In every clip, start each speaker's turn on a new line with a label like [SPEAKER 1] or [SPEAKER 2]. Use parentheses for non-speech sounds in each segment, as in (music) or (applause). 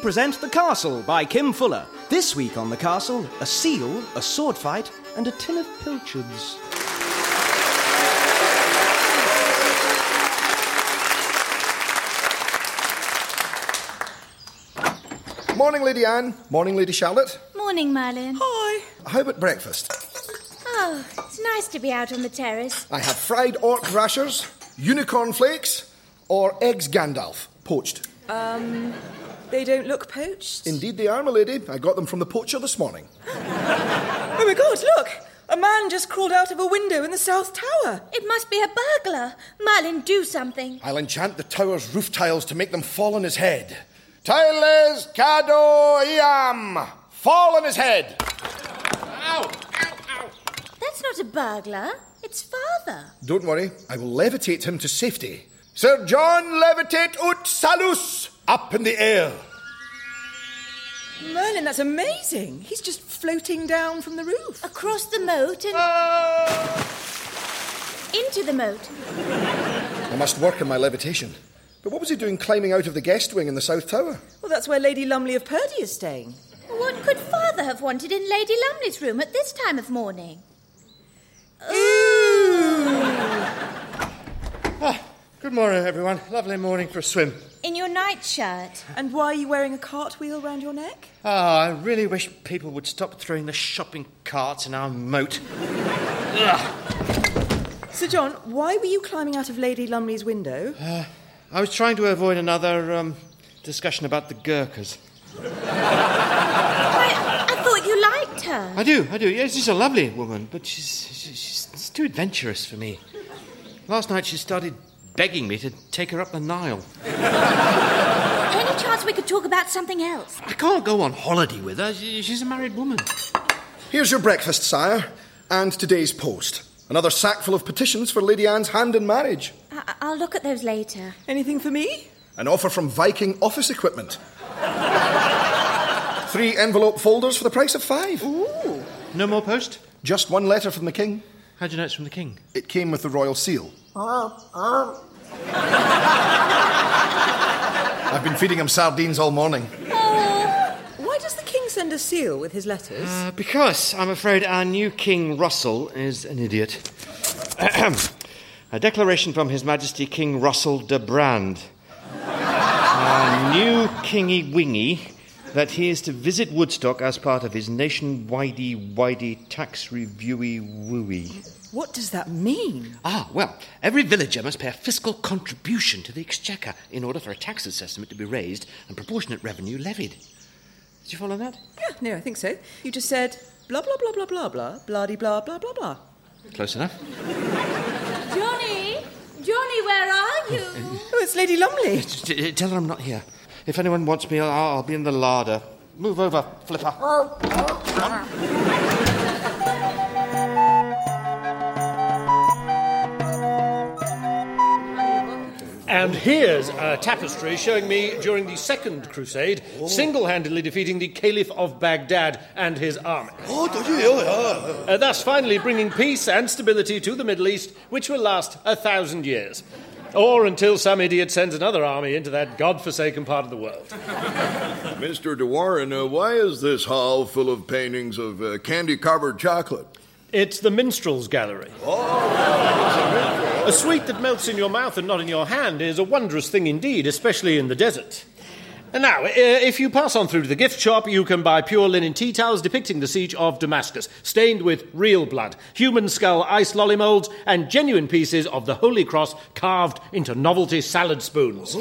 [SPEAKER 1] present The Castle by Kim Fuller. This week on The Castle, a seal, a sword fight, and a tin of pilchards.
[SPEAKER 2] Morning, Lady Anne. Morning, Lady Charlotte.
[SPEAKER 3] Morning, Merlin.
[SPEAKER 4] Hi.
[SPEAKER 2] How about breakfast?
[SPEAKER 3] Oh, it's nice to be out on the terrace.
[SPEAKER 2] I have fried orc rashers, unicorn flakes, or eggs Gandalf, poached.
[SPEAKER 4] They don't look poached.
[SPEAKER 2] Indeed, they are, my lady. I got them from the poacher this morning.
[SPEAKER 4] Oh my god, look! A man just crawled out of a window in the South Tower.
[SPEAKER 3] It must be a burglar. Merlin, do something.
[SPEAKER 2] I'll enchant the tower's roof tiles to make them fall on his head. Tiles cado iam! Fall on his head!
[SPEAKER 3] That's not a burglar. It's father.
[SPEAKER 2] Don't worry, I will levitate him to safety. Sir John, levitate ut salus! Up in the air!
[SPEAKER 4] Merlin, that's amazing. He's just floating down from the roof.
[SPEAKER 3] Across the moat and Oh. into the moat.
[SPEAKER 2] I must work on my levitation. But what was he doing climbing out of the guest wing in the South Tower?
[SPEAKER 4] Well, that's where Lady Lumley of Purdy is staying.
[SPEAKER 3] What could father have wanted in Lady Lumley's room at this time of morning?
[SPEAKER 5] Good morning, everyone. Lovely morning for a swim.
[SPEAKER 3] In your nightshirt.
[SPEAKER 4] And why are you wearing a cartwheel round your neck?
[SPEAKER 5] Ah, I really wish people would stop throwing the shopping carts in our moat.
[SPEAKER 4] Sir John, why were you climbing out of Lady Lumley's window?
[SPEAKER 5] I was trying to avoid another um, discussion about the Gurkhas.
[SPEAKER 3] I, I thought you liked her.
[SPEAKER 5] I do, I do. Yeah, she's a lovely woman, but she's, she's, she's it's too adventurous for me. Last night she started begging me to take her up the Nile.
[SPEAKER 3] Any chance we could talk about something else?
[SPEAKER 5] I can't go on holiday with her. She- she's a married woman.
[SPEAKER 2] Here's your breakfast, sire, and today's post. Another sackful of petitions for Lady Anne's hand in marriage.
[SPEAKER 3] I, I'll look at those later.
[SPEAKER 4] Anything for me?
[SPEAKER 2] An offer from Viking office
[SPEAKER 5] (laughs)
[SPEAKER 2] equipment. Three envelope folders for the price of five.
[SPEAKER 5] No more post?
[SPEAKER 2] Just one letter from the king.
[SPEAKER 5] How'd you know it's from the king?
[SPEAKER 2] It came with the royal
[SPEAKER 5] (laughs)
[SPEAKER 2] seal. I've been feeding him sardines all morning.
[SPEAKER 4] Why does the king send a seal with his letters?
[SPEAKER 5] Uh, because I'm afraid our new King Russell is an idiot. (clears throat) A declaration from His Majesty King Russell de Brand, our new Kingy Wingy, that he is to visit Woodstock as part of his nationwidey widey tax reviewy wooey.
[SPEAKER 4] What does that mean?
[SPEAKER 5] Ah, well, every villager must pay a fiscal contribution to the exchequer in order for a tax assessment to be raised and proportionate revenue levied. Did you follow that?
[SPEAKER 4] Yeah, no, I think so. You just said blah blah blah blah blah blah blah blah blah blah blah.
[SPEAKER 5] Close enough.
[SPEAKER 3] Johnny? Johnny, where are you? (laughs)
[SPEAKER 4] Oh, it's Lady Lumley.
[SPEAKER 5] T- Tell her I'm not here. If anyone wants me, I'll, I'll be in the larder. Move over, flipper.
[SPEAKER 6] And here's a tapestry showing me during the Second Crusade single handedly defeating the Caliph of Baghdad and his army. Uh, thus, finally bringing peace and stability to the Middle East, which will last a thousand years. Or until some idiot sends another army into that godforsaken part of the world.
[SPEAKER 7] Mr. De Warren, uh, why is this hall full of paintings of uh, candy covered chocolate?
[SPEAKER 6] It's the Minstrels Gallery. a sweet that melts in your mouth and not in your hand is a wondrous thing indeed, especially in the desert. And Now, uh, if you pass on through to the gift shop, you can buy pure linen tea towels depicting the siege of Damascus, stained with real blood, human skull ice lolly molds, and genuine pieces of the Holy Cross carved into novelty salad spoons.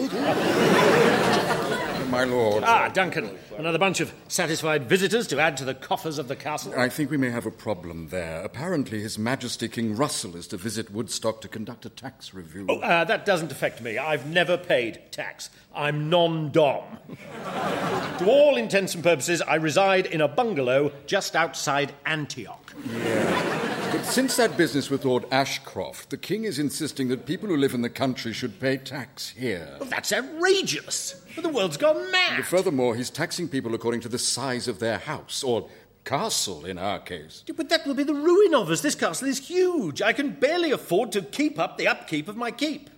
[SPEAKER 8] My lord,
[SPEAKER 6] Ah, Duncan, another bunch of satisfied visitors to add to the coffers of the castle.
[SPEAKER 8] I think we may have a problem there. Apparently, His Majesty King Russell is to visit Woodstock to conduct a tax review.
[SPEAKER 6] Oh, uh, that doesn't affect me. I've never paid tax. I'm non dom. to all intents and purposes, I reside in a bungalow just outside Antioch.
[SPEAKER 8] But since that business with Lord Ashcroft, the King is insisting that people who live in the country should pay tax here.
[SPEAKER 6] That's outrageous. The world's gone mad.
[SPEAKER 8] Furthermore, he's taxing people according to the size of their house, or castle in our case.
[SPEAKER 6] but that will be the ruin of us. This castle is huge. I can barely afford to keep up the upkeep of my keep.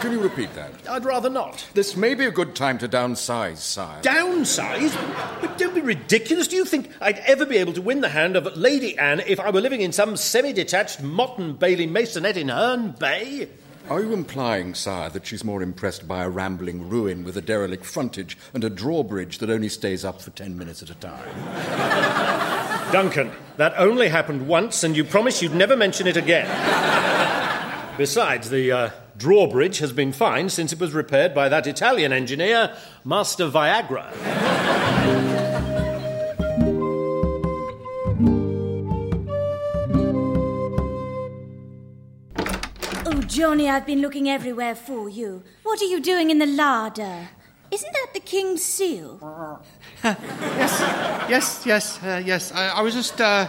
[SPEAKER 8] Can you repeat that?
[SPEAKER 6] I'd rather not.
[SPEAKER 8] This may be a good time to downsize, sire.
[SPEAKER 6] Downsize? But don't be ridiculous. Do you think I'd ever be able to win the hand of Lady Anne if I were living in some semi detached Motton Bailey masonette in Herne Bay?
[SPEAKER 8] Are you implying, sire, that she's more impressed by a rambling ruin with a derelict frontage and a drawbridge that only stays up for ten minutes at a time?
[SPEAKER 6] Duncan, that only happened once, and you promised you'd never mention it again. Besides, the uh, drawbridge has been fine since it was repaired by that Italian engineer, Master Viagra.
[SPEAKER 3] Oh, Johnny, I've been looking everywhere for you. What are you doing in the larder? Isn't that the king's seal?
[SPEAKER 5] Yes, yes, yes, uh, yes. I, I was just uh,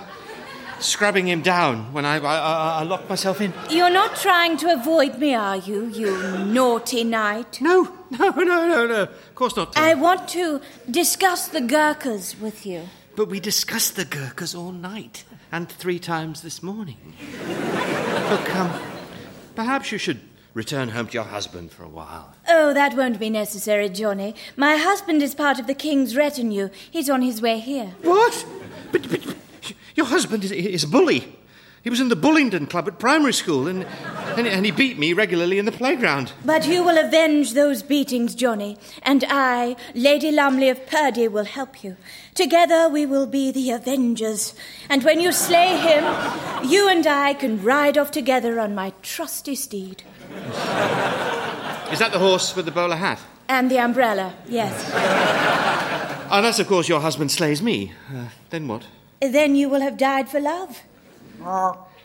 [SPEAKER 5] scrubbing him down when I, I, I, I locked myself in.
[SPEAKER 3] You're not trying to avoid me, are you, you naughty knight?
[SPEAKER 5] No, no, no, no, no. Of course not.
[SPEAKER 3] I want to discuss the Gurkhas with you.
[SPEAKER 5] But we discussed the Gurkhas all night and three times this morning. Look, um, perhaps you should return home to your husband for a while.
[SPEAKER 3] Oh, that won't be necessary, Johnny. My husband is part of the king's retinue. He's on his way here.
[SPEAKER 5] What? But, but your husband is, is a bully. He was in the Bullingdon Club at primary school, and, and, and he beat me regularly in the playground.
[SPEAKER 3] But you will avenge those beatings, Johnny, and I, Lady Lumley of Purdy, will help you. Together we will be the Avengers, and when you slay him, you and I can ride off together on my trusty steed.
[SPEAKER 5] Is that the horse with the bowler hat?
[SPEAKER 3] And the umbrella, yes.
[SPEAKER 5] Unless, of course, your husband slays me. Uh, then what?
[SPEAKER 3] Then you will have died for love.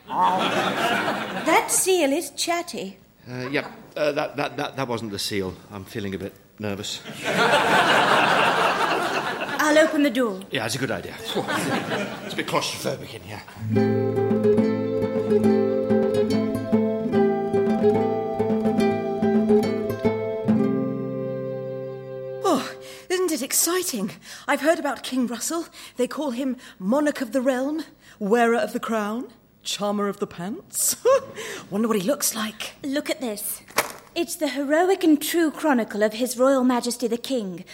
[SPEAKER 3] that seal is chatty.
[SPEAKER 5] Uh, yep, uh, that, that, that, that wasn't the seal. I'm feeling a bit nervous.
[SPEAKER 3] I'll open the door.
[SPEAKER 5] Yeah, it's a good idea. (laughs) It's a bit claustrophobic in here.
[SPEAKER 4] Oh, isn't it exciting? I've heard about King Russell. They call him Monarch of the Realm, Wearer of the Crown, Charmer of the Pants. (laughs) Wonder what he looks like.
[SPEAKER 3] Look at this. It's the heroic and true chronicle of His Royal Majesty the King,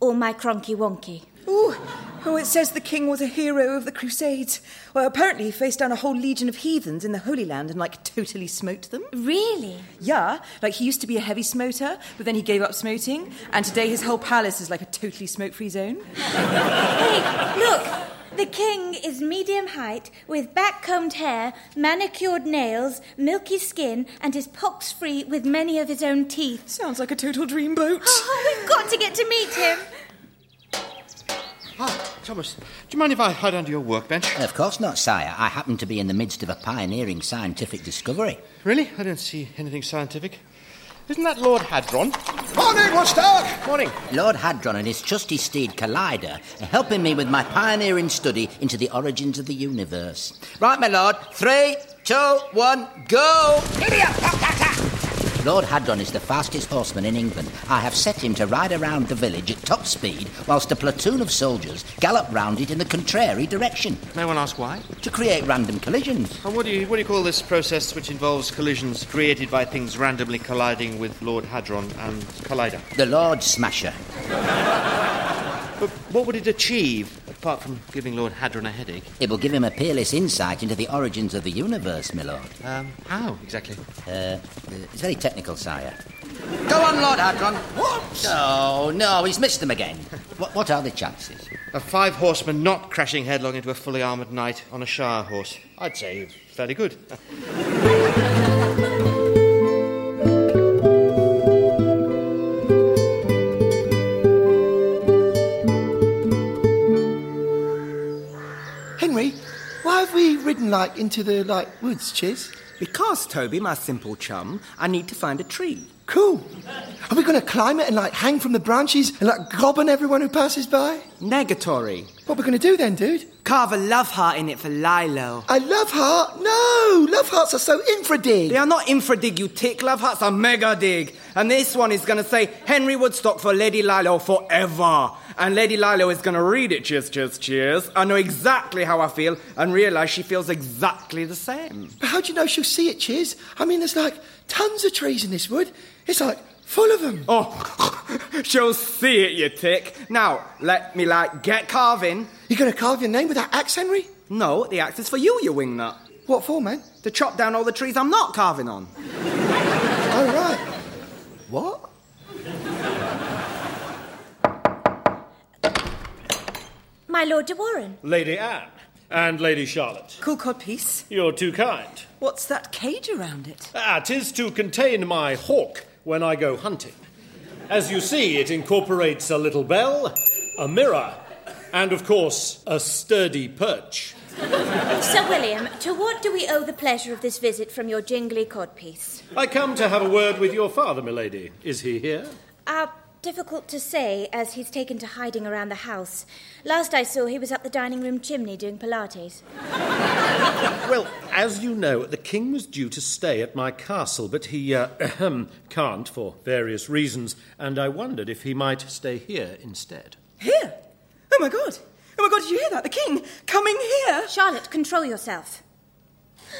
[SPEAKER 3] or my cronky wonky.
[SPEAKER 4] Ooh, oh, it says the king was a hero of the Crusades. Well, apparently he faced down a whole legion of heathens in the Holy Land and, like, totally smote them.
[SPEAKER 3] Really?
[SPEAKER 4] Yeah, like he used to be a heavy smoter, but then he gave up smoting, and today his whole palace is like a totally smoke free zone.
[SPEAKER 3] Hey, look! The king is medium height, with back combed hair, manicured nails, milky skin, and is pox free with many of his own teeth. (laughs)
[SPEAKER 4] Sounds like a total dreamboat. (gasps)
[SPEAKER 3] Oh, we've got to get to meet him.
[SPEAKER 5] Ah, Thomas, do you mind if I hide under your workbench?
[SPEAKER 9] Of course not, sire. I happen to be in the midst of a pioneering scientific discovery.
[SPEAKER 5] Really? I don't see anything scientific. Isn't that Lord Hadron?
[SPEAKER 2] Morning, Woodstock!
[SPEAKER 5] Morning.
[SPEAKER 9] Lord Hadron and his trusty steed Collider are helping me with my pioneering study into the origins of the universe. Right, my lord. Three, two, one, go! Lord Hadron is the fastest horseman in England. I have set him to ride around the village at top speed whilst a platoon of soldiers gallop round it in the contrary direction
[SPEAKER 5] No one asked why.
[SPEAKER 9] to create random collisions.
[SPEAKER 5] And what do you what do you call this process which involves collisions created by things randomly colliding with Lord Hadron and Collider?
[SPEAKER 9] The Lord Smasher.
[SPEAKER 5] But what would it achieve apart from giving Lord Hadron a headache?
[SPEAKER 9] It will give him a peerless insight into the origins of the universe, my lord.
[SPEAKER 5] Um, how exactly?
[SPEAKER 9] Uh, it's very technical, sire. Go on, Lord Hadron. What? No, no, he's missed them again. What, what are the chances?
[SPEAKER 5] A five horseman not crashing headlong into a fully armoured knight on a shire horse. I'd say fairly good.
[SPEAKER 10] Henry, why have we ridden like into the like woods, Chiz?
[SPEAKER 1] Because, Toby, my simple chum, I need to find a tree.
[SPEAKER 10] Cool. Are we going to climb it and like hang from the branches and like gob on everyone who passes by?
[SPEAKER 1] Negatory.
[SPEAKER 10] What we going to do then, dude?
[SPEAKER 11] Carve a love heart in it for Lilo.
[SPEAKER 10] I love heart. No, love hearts are so infra dig.
[SPEAKER 11] They are not infra dig, you tick. Love hearts are mega dig. And this one is going to say Henry Woodstock for Lady Lilo forever. and Lady Lilo is going to read it. Cheers, cheers, cheers. I know exactly how I feel and realize she feels exactly the same.
[SPEAKER 10] But how do you know she'll see it, Cheers? I mean, there's like tons of trees in this wood. It's like full of them.
[SPEAKER 11] Oh, (laughs) she'll see it, you tick. Now, let me, like, get carving. You going to carve your name with that axe, Henry? No, the axe is for you, you wingnut. What for, man? To chop down all the trees I'm not carving on.
[SPEAKER 10] Oh, right.
[SPEAKER 11] What?
[SPEAKER 3] My Lord de Warren.
[SPEAKER 6] Lady Anne and Lady Charlotte.
[SPEAKER 4] Cool codpiece.
[SPEAKER 6] You're too kind.
[SPEAKER 4] What's that cage around it?
[SPEAKER 6] Ah, 'tis to contain my hawk when I go hunting. As you see, it incorporates a little bell, a mirror, and of course, a sturdy perch.
[SPEAKER 3] Sir William, to what do we owe the pleasure of this visit from your jingly codpiece?
[SPEAKER 6] I come to have a word with your father, milady. Is he here?
[SPEAKER 3] Uh, difficult to say, as he's taken to hiding around the house. Last I saw, he was up the dining room chimney doing Pilates.
[SPEAKER 6] Well, as you know, the king was due to stay at my castle, but he uh, (clears throat) ahem, can't for various reasons, and I wondered if he might stay here instead.
[SPEAKER 4] Here? Oh my god. Oh my god, did you hear that? The king coming here.
[SPEAKER 3] Charlotte, control yourself.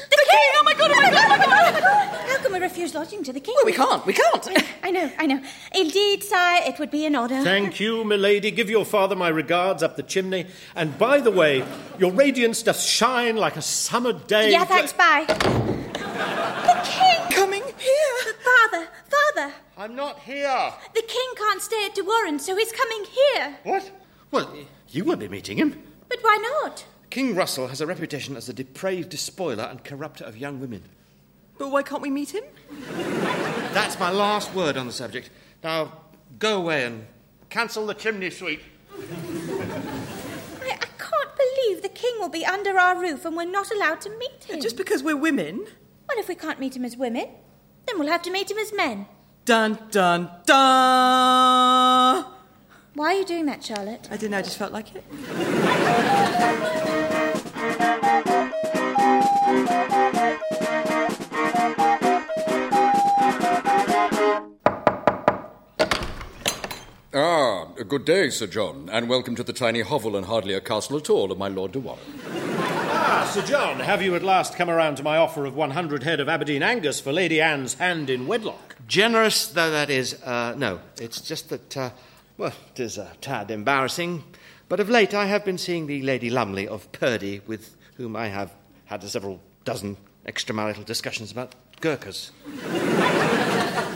[SPEAKER 4] The, king! Oh my god, oh my god, oh my god, oh my god!
[SPEAKER 3] How can we refuse lodging to the king?
[SPEAKER 4] Well, we can't, we can't. (laughs)
[SPEAKER 3] I know, I know. Indeed, sire, it would be an honour.
[SPEAKER 6] Thank you, milady. Give your father my regards up the chimney. And by the way, your radiance doth shine like a summer day.
[SPEAKER 3] Yeah, thanks, bye.
[SPEAKER 4] The king coming here.
[SPEAKER 3] But father, father,
[SPEAKER 6] I'm not here.
[SPEAKER 3] the king can't stay at De Warren, so he's coming here.
[SPEAKER 5] What? Well, you won't be meeting him.
[SPEAKER 3] But why not?
[SPEAKER 5] King Russell has a reputation as a depraved despoiler and corrupter of young women.
[SPEAKER 4] But why can't we meet him?
[SPEAKER 5] That's my last word on the subject. Now, go away and cancel the chimney sweep.
[SPEAKER 3] I, I can't believe the king will be under our roof and we're not allowed to meet him.
[SPEAKER 4] Just because we're women.
[SPEAKER 3] Well, if we can't meet him as women, then we'll have to meet him as men.
[SPEAKER 4] Dun dun dun!
[SPEAKER 3] Why are you doing that, Charlotte?
[SPEAKER 4] I don't know, I just felt like it.
[SPEAKER 8] Ah, good day, Sir John, and welcome to the tiny hovel and hardly a castle at all of my Lord de Warren.
[SPEAKER 6] Ah, Sir John, have you at last come around to my offer of 100 head of Aberdeen Angus for Lady Anne's hand in wedlock?
[SPEAKER 5] Generous though that is, uh, no, it's just that, uh, well, it is a tad embarrassing. But of late I have been seeing the Lady Lumley of Purdy, with whom I have had several dozen extramarital discussions about Gurkhas.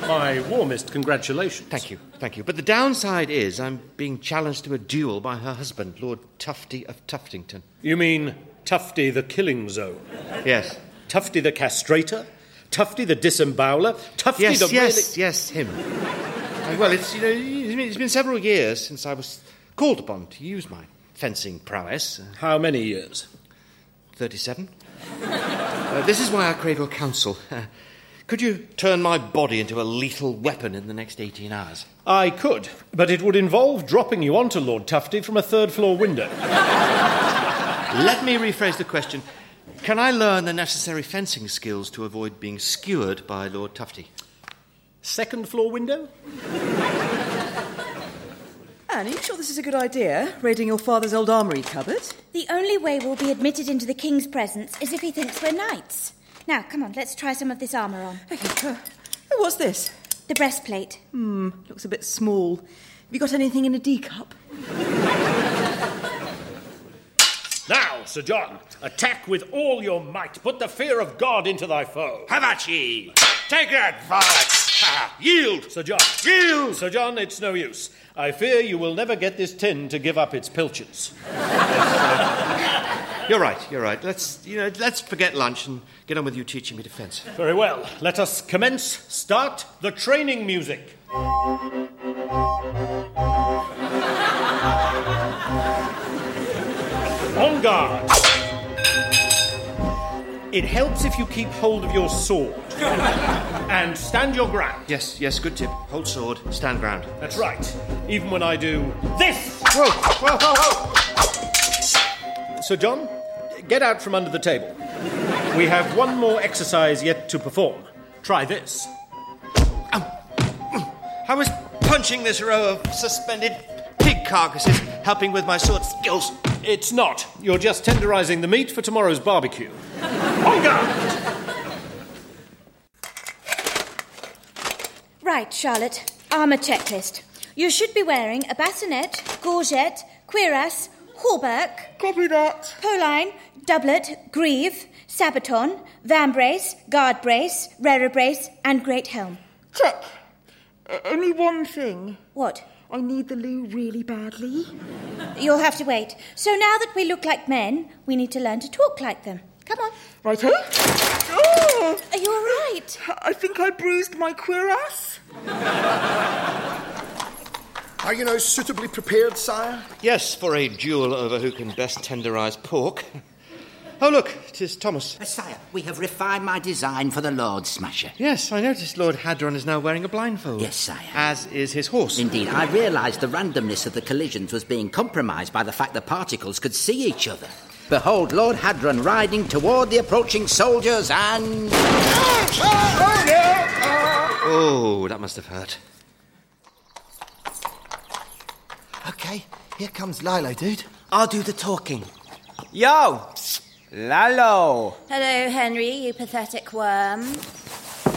[SPEAKER 6] My warmest congratulations.
[SPEAKER 5] Thank you, thank you. But the downside is I'm being challenged to a duel by her husband, Lord Tufty of Tuftington.
[SPEAKER 6] You mean Tufty the Killing Zone?
[SPEAKER 5] Yes.
[SPEAKER 6] Tufty the Castrator? Tufty the Disembowler? Tufty
[SPEAKER 5] yes,
[SPEAKER 6] the.
[SPEAKER 5] yes, yes, him. Uh, well, it's, you know, it's been- it's been several years since I was called upon to use my fencing prowess.
[SPEAKER 6] How many years?
[SPEAKER 5] 37. Uh, this is why I crave your counsel. Uh, (laughs) could you turn my body into a lethal weapon in the next 18 hours?
[SPEAKER 6] I could, but it would involve dropping you onto Lord Tufty from a third floor window.
[SPEAKER 5] Let me rephrase the question. Can I learn the necessary fencing skills to avoid being skewered by Lord Tufty?
[SPEAKER 6] Second floor window?
[SPEAKER 4] Anne, are you sure this is a good idea? Raiding your father's old armoury cupboard?
[SPEAKER 3] The only way we'll be admitted into the king's presence is if he thinks we're knights. Now, come on, let's try some of this armour on.
[SPEAKER 4] Okay, uh, what's this?
[SPEAKER 3] The breastplate.
[SPEAKER 4] Hmm, looks a bit small. Have you got anything in a D cup?
[SPEAKER 6] Now, Sir John, attack with all your might. Put the fear of God into thy foe.
[SPEAKER 12] Have at ye! Take that, varlets! Ha! Yield!
[SPEAKER 6] Sir John.
[SPEAKER 12] Yield!
[SPEAKER 6] Sir John, it's no use. I fear you will never get this tin to give up its pilchards.
[SPEAKER 5] You're right, you're right. Let's, you know, let's forget lunch and get on with you teaching me to fence.
[SPEAKER 6] Very well. Let us commence. Start the training music. On guard. It helps if you keep hold of your sword and stand your ground.
[SPEAKER 5] Yes, yes, good tip. Hold sword, stand ground.
[SPEAKER 6] That's right. Even when I do this.
[SPEAKER 5] Whoa, whoa, whoa, whoa!
[SPEAKER 6] Sir John, get out from under the table. We have one more exercise yet to perform. Try this.
[SPEAKER 5] I was punching this row of suspended pig
[SPEAKER 13] carcasses, helping with my sword skills.
[SPEAKER 6] It's not. You're just tenderizing the meat for tomorrow's barbecue.
[SPEAKER 3] Right, Charlotte, armour checklist. You should be wearing a bassinet, gorget, cuirass, hauberk, copy that, poline, doublet, greave, sabaton, van brace, guard brace, rear brace, and great helm.
[SPEAKER 14] Check. Only one thing.
[SPEAKER 3] What?
[SPEAKER 14] I need the loo really badly.
[SPEAKER 3] You'll have to wait. So now that we look like men, we need to learn to talk like them. Come on.
[SPEAKER 14] Righto.
[SPEAKER 3] Are you all right?
[SPEAKER 14] Oh, I think I bruised my cuirass.
[SPEAKER 2] Are you now suitably prepared, sire?
[SPEAKER 5] Yes, for a duel over who can best tenderize pork. Oh, look, it is Thomas.
[SPEAKER 9] Sire, we have refined my design for the Lord Smasher.
[SPEAKER 5] Yes, I noticed Lord Hadron is now wearing a blindfold.
[SPEAKER 9] Yes, sire.
[SPEAKER 5] As is his horse.
[SPEAKER 9] Indeed, I realised the randomness of the collisions was being compromised by the fact that particles could see each other. Behold, Lord Hadron riding toward the approaching soldiers and.
[SPEAKER 5] Oh, that must have hurt.
[SPEAKER 10] Okay, here comes Lilo, dude.
[SPEAKER 13] I'll do the talking.
[SPEAKER 11] Yo! Lalo!
[SPEAKER 15] Hello, Henry, you pathetic worm.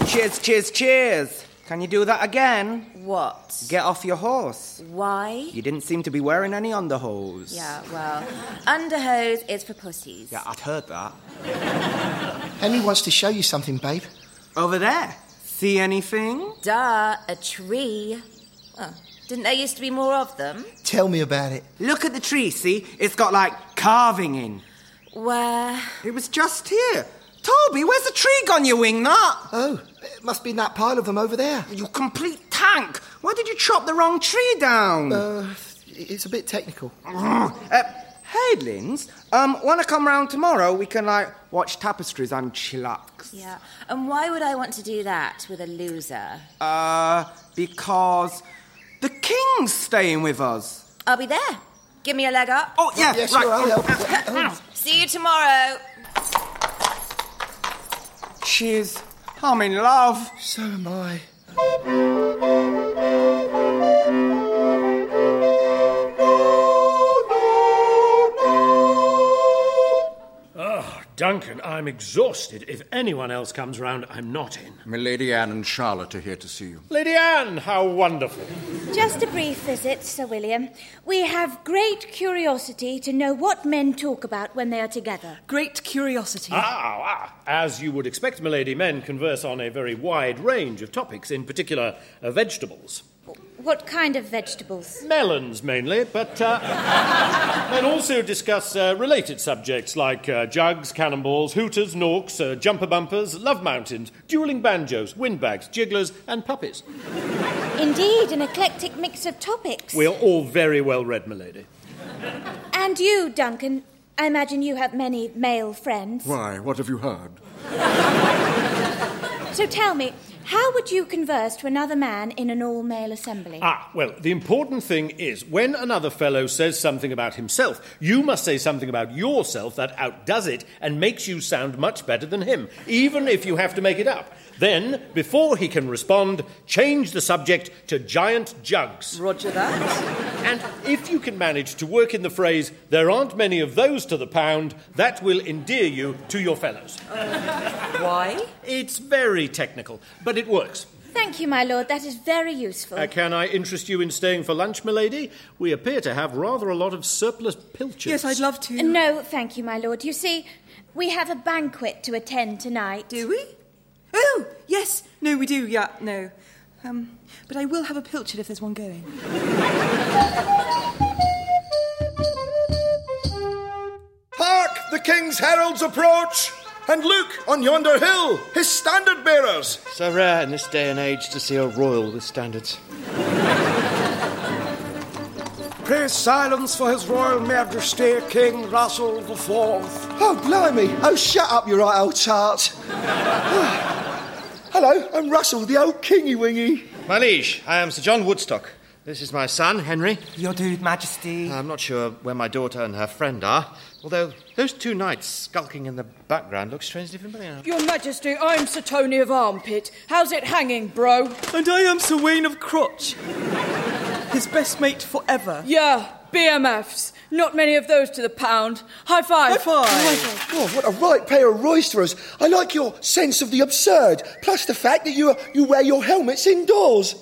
[SPEAKER 11] Cheers, cheers, cheers! Can you do that again?
[SPEAKER 15] What?
[SPEAKER 11] Get off your horse.
[SPEAKER 15] Why?
[SPEAKER 11] You didn't seem to be wearing any underhose.
[SPEAKER 15] Yeah, well, underhose is for pussies.
[SPEAKER 11] Yeah, I'd heard that.
[SPEAKER 10] Henry wants to show you something, babe.
[SPEAKER 11] Over there. See anything?
[SPEAKER 15] Duh, a tree. Oh, didn't there used to be more of them?
[SPEAKER 10] Tell me about it.
[SPEAKER 11] Look at the tree, see? It's got like carving in.
[SPEAKER 15] Where?
[SPEAKER 11] It was just here. Toby, where's the tree gone, you wingnut? Uh,
[SPEAKER 10] Oh, it must be in that pile of them over there.
[SPEAKER 11] You complete tank! Why did you chop the wrong tree down?
[SPEAKER 10] Uh, it's a bit technical.
[SPEAKER 11] Uh, Hadlins, um, wanna come round tomorrow? We can like watch tapestries and chillax.
[SPEAKER 15] Yeah, and why would I want to do that with a loser?
[SPEAKER 11] Uh, because the king's staying with us.
[SPEAKER 15] I'll be there. Give me a leg up.
[SPEAKER 11] Oh, yeah, Yes, right. you are.
[SPEAKER 15] Ow, ow,
[SPEAKER 3] (coughs)
[SPEAKER 15] ow. See you tomorrow.
[SPEAKER 11] Cheers. I'm in love.
[SPEAKER 10] So am I.
[SPEAKER 6] Ah, Duncan, I'm exhausted. If anyone else comes round, I'm not in.
[SPEAKER 8] Milady Anne and Charlotte are here to see you.
[SPEAKER 6] Lady Anne, how wonderful.
[SPEAKER 3] Just a brief visit, Sir William. We have great curiosity to know what men talk about when they are together.
[SPEAKER 4] Great curiosity.
[SPEAKER 6] Ah, ah. As you would expect, milady, men converse on a very wide range of topics, in particular uh, vegetables.
[SPEAKER 3] What kind of vegetables?
[SPEAKER 6] Melons mainly, but uh, (laughs) men also discuss uh, related subjects like uh, jugs, cannonballs, hooters, norks, uh, jumper bumpers, love mountains, dueling banjos, windbags, jigglers, and puppies.
[SPEAKER 3] Indeed, an eclectic mix of topics.
[SPEAKER 6] We're all very well read, milady.
[SPEAKER 3] And you, Duncan, I imagine you have many male friends.
[SPEAKER 8] Why, what have you heard?
[SPEAKER 3] So tell me, how would you converse to another man in an all male assembly?
[SPEAKER 6] Ah, well, the important thing is when another fellow says something about himself, you must say something about yourself that outdoes it and makes you sound much better than him, even if you have to make it up. Then, before he can respond, change the subject to giant jugs.
[SPEAKER 4] Roger that.
[SPEAKER 6] And if you can manage to work in the phrase, there aren't many of those to the pound, that will endear you to your fellows.
[SPEAKER 4] Why?
[SPEAKER 6] It's very technical, but it works.
[SPEAKER 3] Thank you, my lord. That is very useful.
[SPEAKER 6] Uh, can I interest you in staying for lunch, milady? We appear to have rather a lot of surplus pilchards.
[SPEAKER 3] love to. No, thank you, my lord. You see, we have a banquet to attend tonight. Do
[SPEAKER 4] we? Oh, yes. No, we do. Yeah, no. Um, but I will have a pilchard if there's one going.
[SPEAKER 2] Hark! The king's heralds approach! And look on yonder hill, his standard bearers!
[SPEAKER 5] So rare in this day and age to see a royal with standards.
[SPEAKER 16] Pray silence for His Royal Majesty King Russell the Fourth.
[SPEAKER 10] Oh, blimey. Oh, shut up, you right old tart. (sighs) Hello, I'm Russell, the old kingy wingy.
[SPEAKER 5] My liege, I am Sir John Woodstock. This is my son, Henry.
[SPEAKER 11] Your dude, Majesty.
[SPEAKER 5] I'm not sure where my daughter and her friend are, although those two knights skulking in the background look strangely familiar.
[SPEAKER 17] Your Majesty, I'm Sir Tony of Armpit. How's it hanging, bro?
[SPEAKER 11] And I am Sir Wayne of Crotch.
[SPEAKER 14] His best mate forever.
[SPEAKER 17] Yeah, BMFs. Not many of those to the pound. High five. High five.
[SPEAKER 10] Oh, what a right pair of roisterers. I like your sense of the absurd, plus the fact that you, you wear your helmets indoors.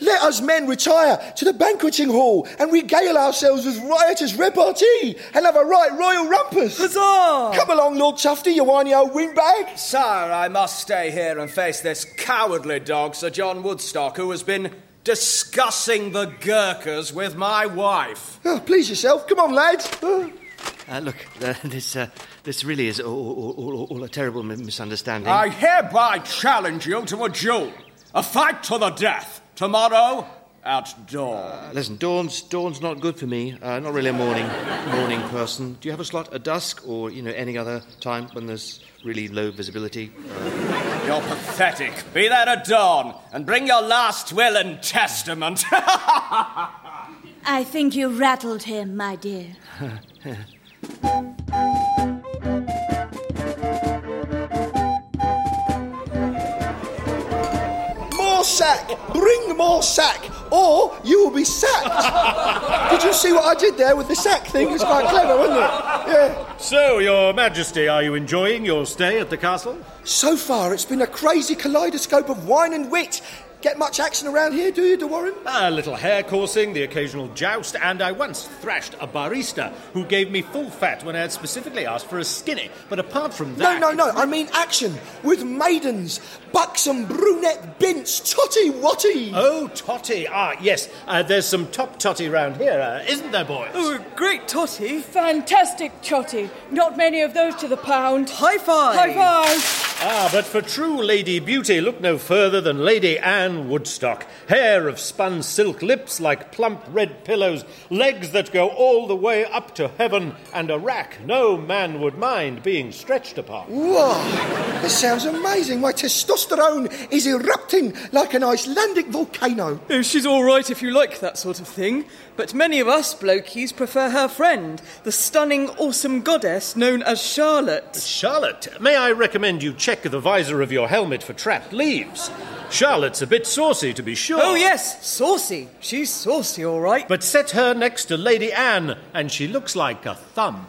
[SPEAKER 10] Let us men retire to the banqueting hall and regale ourselves with riotous repartee and have a right royal rumpus. Huzzah! Come along, Lord Tufty, you whiny old windbag.
[SPEAKER 18] Oh. Sire, I must stay here and face this cowardly dog, Sir John Woodstock, who has been discussing the Gurkhas with my wife.
[SPEAKER 10] Oh, please yourself. Come on, lads. Oh.
[SPEAKER 5] Uh, look, uh, (laughs) this, uh, this really is all, all, all, all a terrible mi- misunderstanding.
[SPEAKER 19] I hereby challenge you to a duel. A fight to the death. Tomorrow, at dawn.
[SPEAKER 5] Uh, listen, dawn's, dawn's not good for me. Uh, not really a morning morning person. Do you have a slot at dusk or, you know, any other time when there's really low visibility?
[SPEAKER 19] You're pathetic. Be there at dawn and bring your last will and testament. (laughs)
[SPEAKER 3] I think you rattled him, my dear.
[SPEAKER 10] More sack! Bring more sack, or you will
[SPEAKER 9] (laughs)
[SPEAKER 10] be sacked. did you see what I did there with the sack thing? It was quite clever, wasn't it? Yeah.
[SPEAKER 6] So, Your Majesty, are you enjoying your stay at the castle?
[SPEAKER 10] So far, it's been a crazy kaleidoscope of wine and wit. Get much action around here, do you, De Warren?
[SPEAKER 6] A little hair coursing, the occasional joust, and I once thrashed a barista who gave me full fat when I had specifically asked for a skinny. But apart from that.
[SPEAKER 10] No, no, no. I mean action with maidens, buxom brunette bints, totty watty.
[SPEAKER 6] Oh, totty. Ah, yes. Uh, there's some top totty round here, uh, isn't there, boys?
[SPEAKER 17] Oh, great totty. Fantastic totty. Not many of those to the pound. High five. High five.
[SPEAKER 6] Ah, but for true lady beauty, look no further than Lady Anne Woodstock. Hair of spun silk, lips like plump red pillows, legs that go all the way up to heaven, and a rack no man would mind being stretched upon.
[SPEAKER 10] Whoa! This sounds amazing. My testosterone is erupting like an Icelandic volcano.
[SPEAKER 17] Oh, she's all right if you like that sort of thing, but many of us blokies prefer her friend, the stunning, awesome goddess known as Charlotte.
[SPEAKER 6] Charlotte, may I recommend you check the visor of your helmet for trapped leaves? Charlotte's a bit saucy, to be sure.
[SPEAKER 17] Oh, yes, saucy. She's saucy, all right.
[SPEAKER 6] But set her next to Lady Anne, and she looks like a thumb.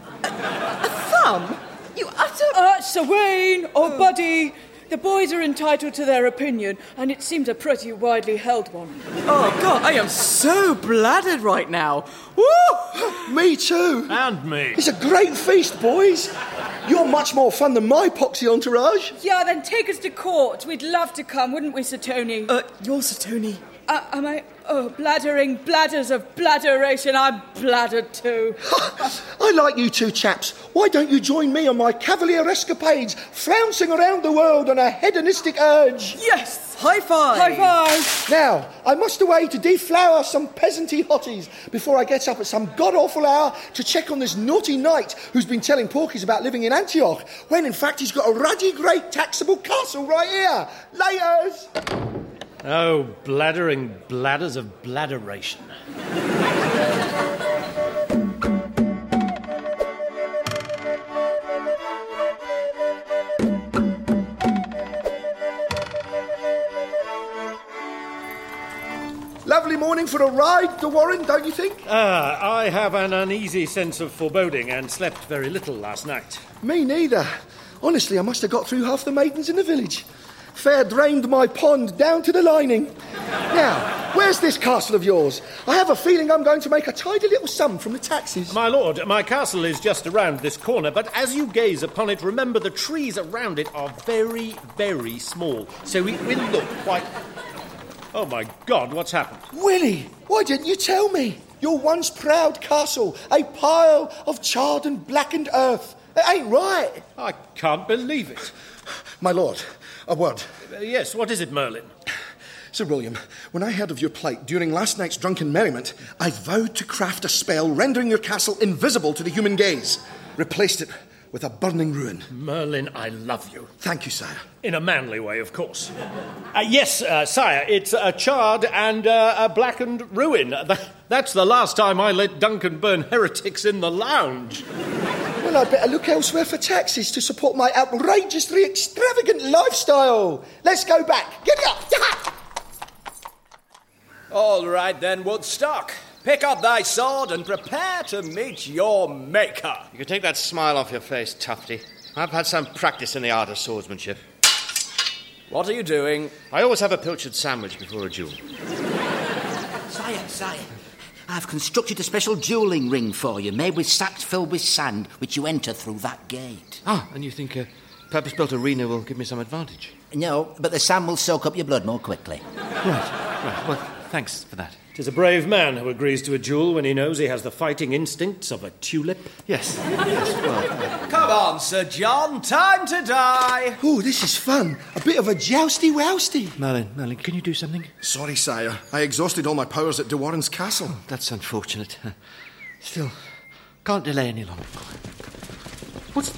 [SPEAKER 17] Thumb? You utter. Uh, Sir Wayne or Buddy. The boys are entitled to their opinion, and it seems a pretty widely held one.
[SPEAKER 4] Oh, God, I am so bladdered right now.
[SPEAKER 10] Woo! me too.
[SPEAKER 6] And me.
[SPEAKER 10] It's a great feast, boys. You're much more fun than my poxy entourage.
[SPEAKER 17] Yeah, then take us to court. We'd love to come, wouldn't we, Sir Tony? (laughs) Uh,
[SPEAKER 4] you're Sir Tony.
[SPEAKER 17] am I? Oh, bladdering bladders of bladderation. I'm bladdered too.
[SPEAKER 10] I like you two chaps. Why don't you join me on my cavalier escapades, flouncing around the world on a hedonistic urge?
[SPEAKER 17] Yes!
[SPEAKER 10] High five!
[SPEAKER 17] High five!
[SPEAKER 10] Now, I must away to deflower some peasanty hotties before I get up at some god awful hour to check on this naughty knight who's been telling porkies about living in Antioch, when in fact he's got a ruddy great taxable castle right here. Layers!
[SPEAKER 6] Oh, bladdering bladders of bladderation.
[SPEAKER 10] Lovely morning for a ride, De Warren, don't you think?
[SPEAKER 6] Ah, I have an uneasy sense of foreboding and slept very little last night.
[SPEAKER 10] Me neither. Honestly, I must have got through half the maidens in the village. Fair drained my pond down to the lining. Now, where's this castle of yours? I have a feeling I'm going to make a tidy little sum from the taxes.
[SPEAKER 6] My lord, my castle is just around this corner, but as you gaze upon it, remember the trees around it are very, very small, so it will look quite. Oh my god, what's happened?
[SPEAKER 10] Willie, why didn't you tell me? Your once proud castle, a pile of charred and blackened earth. It ain't right.
[SPEAKER 6] I can't believe it.
[SPEAKER 10] My lord, a word.
[SPEAKER 6] Uh, Yes, what is it, Merlin?
[SPEAKER 10] Sir William, when I heard of your plight during last night's drunken merriment, I vowed to craft a spell rendering your castle invisible to the human gaze, replaced it with a burning ruin.
[SPEAKER 6] Merlin, I love you.
[SPEAKER 10] Thank you, sire.
[SPEAKER 6] In a manly way, of course. Uh, yes, uh, sire, it's a charred and uh, a blackened ruin. (laughs) Th- That's the last time I let Duncan burn heretics in the lounge.
[SPEAKER 10] Well, I'd better look elsewhere for taxes to support my outrageously extravagant lifestyle. Let's go back. Get up!
[SPEAKER 18] All right then, Woodstock. Pick up thy sword and prepare to meet your maker.
[SPEAKER 5] You can take that smile off your face, Tufty. I've had some practice in the art of swordsmanship.
[SPEAKER 18] What are you doing?
[SPEAKER 5] I always have a pilchard sandwich before a duel.
[SPEAKER 9] Sire, sire. I've constructed a special duelling ring for you, made with sacks filled with sand, which you enter through that gate.
[SPEAKER 5] Ah, and you think a purpose built arena will give me some advantage?
[SPEAKER 9] No, but the sand will soak up your blood more quickly.
[SPEAKER 5] Right, well, thanks for that.
[SPEAKER 6] Tis a brave man who agrees to a duel when he knows he has the fighting instincts of a tulip.
[SPEAKER 5] Yes.
[SPEAKER 18] Come on, Sir John, time to die.
[SPEAKER 10] Oh, this is fun. A bit of a jousty wousty.
[SPEAKER 5] Merlin, Merlin, can you do something?
[SPEAKER 2] Sorry, sire. I exhausted all my powers at De Warren's castle.
[SPEAKER 5] that's unfortunate. Still, can't delay any longer. What's,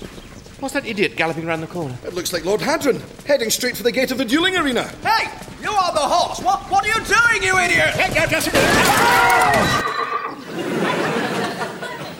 [SPEAKER 5] what's that idiot galloping round the corner?
[SPEAKER 2] It looks like Lord Hadron, heading straight for the gate of the dueling arena.
[SPEAKER 18] Hey, you are the horse. What, what are you doing, you idiot?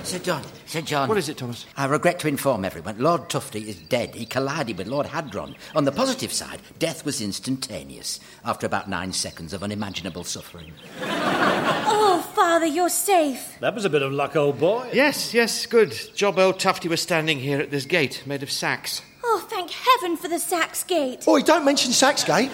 [SPEAKER 9] Sir John, Sir John.
[SPEAKER 5] What is it, Thomas?
[SPEAKER 9] I regret to inform everyone, Lord Tufty is dead. He collided with Lord Hadron. On the positive side, death was instantaneous, after about nine seconds of unimaginable suffering.
[SPEAKER 3] Oh, Father, you're safe.
[SPEAKER 5] That was a bit of luck, old boy. Yes, yes, good. Job old Tufty was standing here at this gate, made of sacks.
[SPEAKER 3] Oh, thank heaven for the Sax Gate.
[SPEAKER 10] Oi, don't mention Saxgate.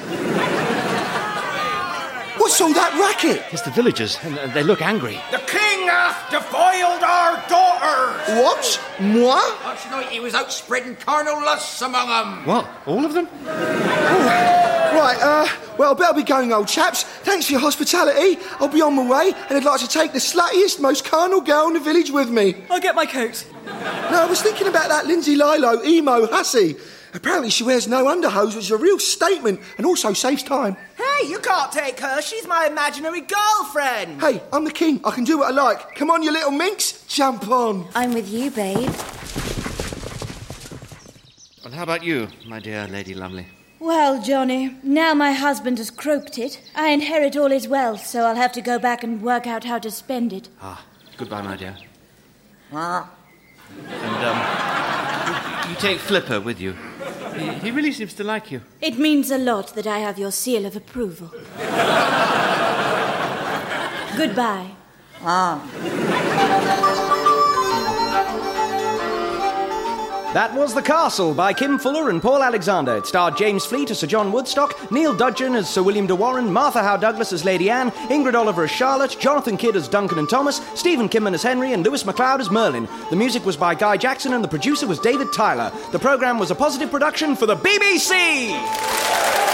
[SPEAKER 10] What's all that racket?
[SPEAKER 5] It's the villagers, and uh, they look angry.
[SPEAKER 20] The king hath defiled our daughters.
[SPEAKER 10] What? Moi?
[SPEAKER 20] Last night he was out spreading carnal lusts among them.
[SPEAKER 5] What? All of them?
[SPEAKER 10] Oh, Right, uh, well, I better be going, old chaps. Thanks for your hospitality. I'll be on my way, and I'd like to take the sluttiest, most carnal girl in the village with me.
[SPEAKER 4] I'll get my coat.
[SPEAKER 10] No, I was thinking about that Lindsay Lilo emo hussy. Apparently, she wears no underhose, which is a real statement and also saves time.
[SPEAKER 4] Hey, you can't take her. She's my imaginary girlfriend.
[SPEAKER 10] Hey, I'm the king. I can do what I like. Come on, you little minx. Jump on.
[SPEAKER 21] I'm with you, babe.
[SPEAKER 5] And how about you, my dear Lady Lumley?
[SPEAKER 3] Well, Johnny, now my husband has croaked it, I inherit all his wealth, so I'll have to go back and work out how to spend it.
[SPEAKER 5] Ah, goodbye, my dear.
[SPEAKER 21] Ah.
[SPEAKER 5] And, um, you take Flipper with you. He, he really seems to like you.
[SPEAKER 3] It means a lot that I have your seal of approval. Goodbye.
[SPEAKER 21] Ah.
[SPEAKER 11] That was The Castle by Kim Fuller and Paul Alexander. It starred James Fleet as Sir John Woodstock, Neil Dudgeon as Sir William de Warren, Martha Howe Douglas as Lady Anne, Ingrid Oliver as Charlotte, Jonathan Kidd as Duncan and Thomas, Stephen Kimman as Henry, and Lewis MacLeod as Merlin. The music was by Guy Jackson and the producer was David Tyler. The programme was a positive production for the BBC!